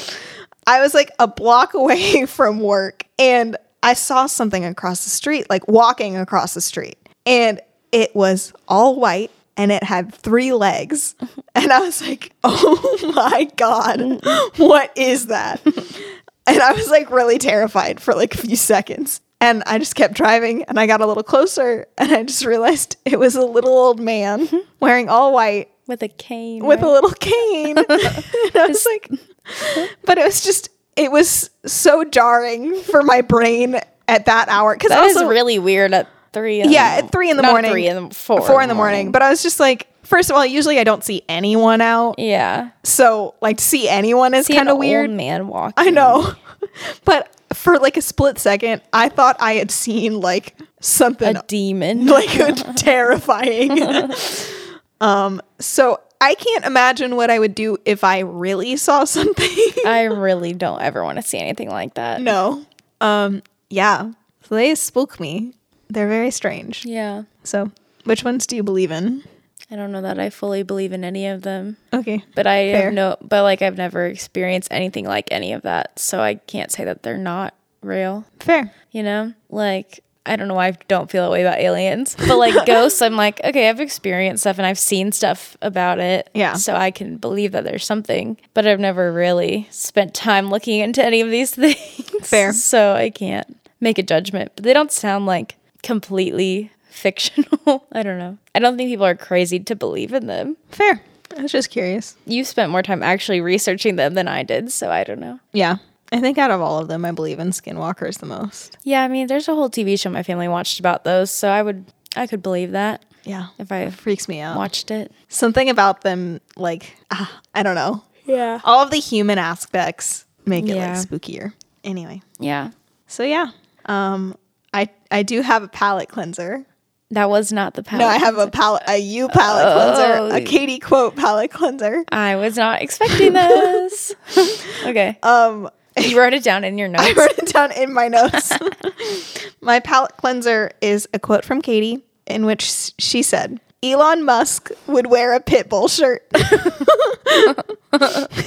I was like a block away from work, and I saw something across the street, like walking across the street, and it was all white, and it had three legs, and I was like, "Oh my god, what is that?" And I was like really terrified for like a few seconds. And I just kept driving and I got a little closer and I just realized it was a little old man wearing all white
With a cane.
with
Mm-hmm. right?
a little cane. and I was like, but it was just, it was so jarring for my brain at that hour. Cause
That is
also,
really weird at three. In
yeah, at three in the
not
morning,
Three in the four.
four in the morning. But I was just like, first of all, usually I don't see anyone out.
Yeah,
So like to see anyone is
See
kind
an
of weird.
Old man walking.
I know. But for like a split second, I thought I had seen like something
a demon.
like terrifying. um so I can't imagine what I would do if I really saw something.
I really don't ever want to see anything like that.
no. Um yeah. So they spook me. They're very strange.
Yeah,
So, which ones do you believe in?
I don't know that I fully believe in any of them,
Okay.
but I
Fair.
have no. But like, I've never experienced anything like any of that, so I can't say that they're not real.
Fair.
You know, like I I don't know why I don't feel that way about aliens, but like ghosts, I'm like, okay, I've experienced stuff and I've seen stuff about it.
Yeah.
So I can believe that there's something, but I've never really spent time looking into any of these things.
Fair.
So I can't make a judgment, but they don't sound like completely fictional. I don't know. I don't think people are crazy to believe in them.
Fair. I was just curious.
You spent more time actually researching them than I did, so I don't know.
Yeah. I think out of all of them, I believe in skinwalkers the most.
Yeah, I mean, there's a whole TV show my family watched about those, so I would I could believe that
Yeah. It
if I
freaks me out.
watched it.
Something about them, like, ah, I don't know.
Yeah.
All of the human aspects make it
Yeah.
like spookier. Anyway.
Yeah.
So yeah. Um I I do have a palette cleanser.
That was not the palette.
No, I have a palette a you palette cleanser, a
Oh.
Katie quote palette cleanser.
I was not expecting this. okay.
Um
you wrote it down in your
I
notes.
wrote it down in my notes. my palette cleanser is a quote from Katie in which s- she said, "Elon Musk would wear a pitbull shirt."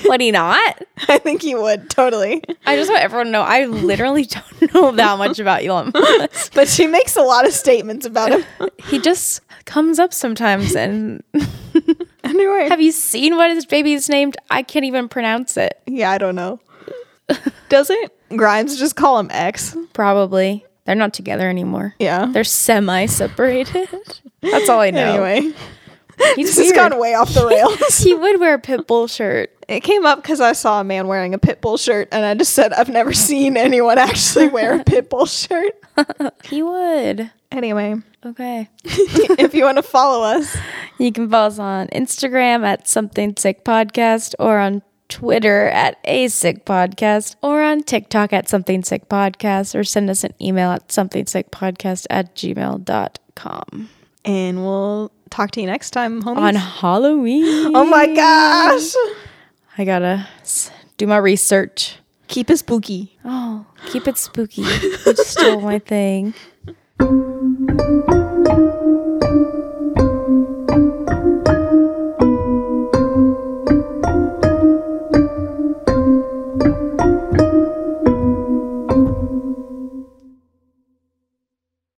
What do you not?
I think he would totally.
I just want everyone to know I literally don't know that much about Elon Musk.
But she makes a lot of statements about him.
He just comes up sometimes and
anyway,
have you seen what his baby is named? I can't even pronounce it.
yeah, I don't know. Doesn't Grimes just call him X?
Probably. They're not together anymore.
Yeah.
They're semi separated. That's all I know.
Anyway,
He's
this has
weird.
gone way off the rails.
he would wear a pit bull shirt.
it came up because I saw a man wearing a pitbull shirt, and I just said, I've never seen anyone actually wear a pitbull shirt.
He would.
Anyway,
Okay.
if you want to follow us,
You can follow us on Instagram at Something Sick Podcast or on Twitter at A Sick Podcast or on TikTok at Something Sick Podcast or send us an email at Something Sick Podcast at gmail.com.
and we'll talk to you next time, homies.
On Halloween,
oh my gosh,
I gotta s- do my research.
keep it spooky.
Oh, keep it spooky. You stole my thing.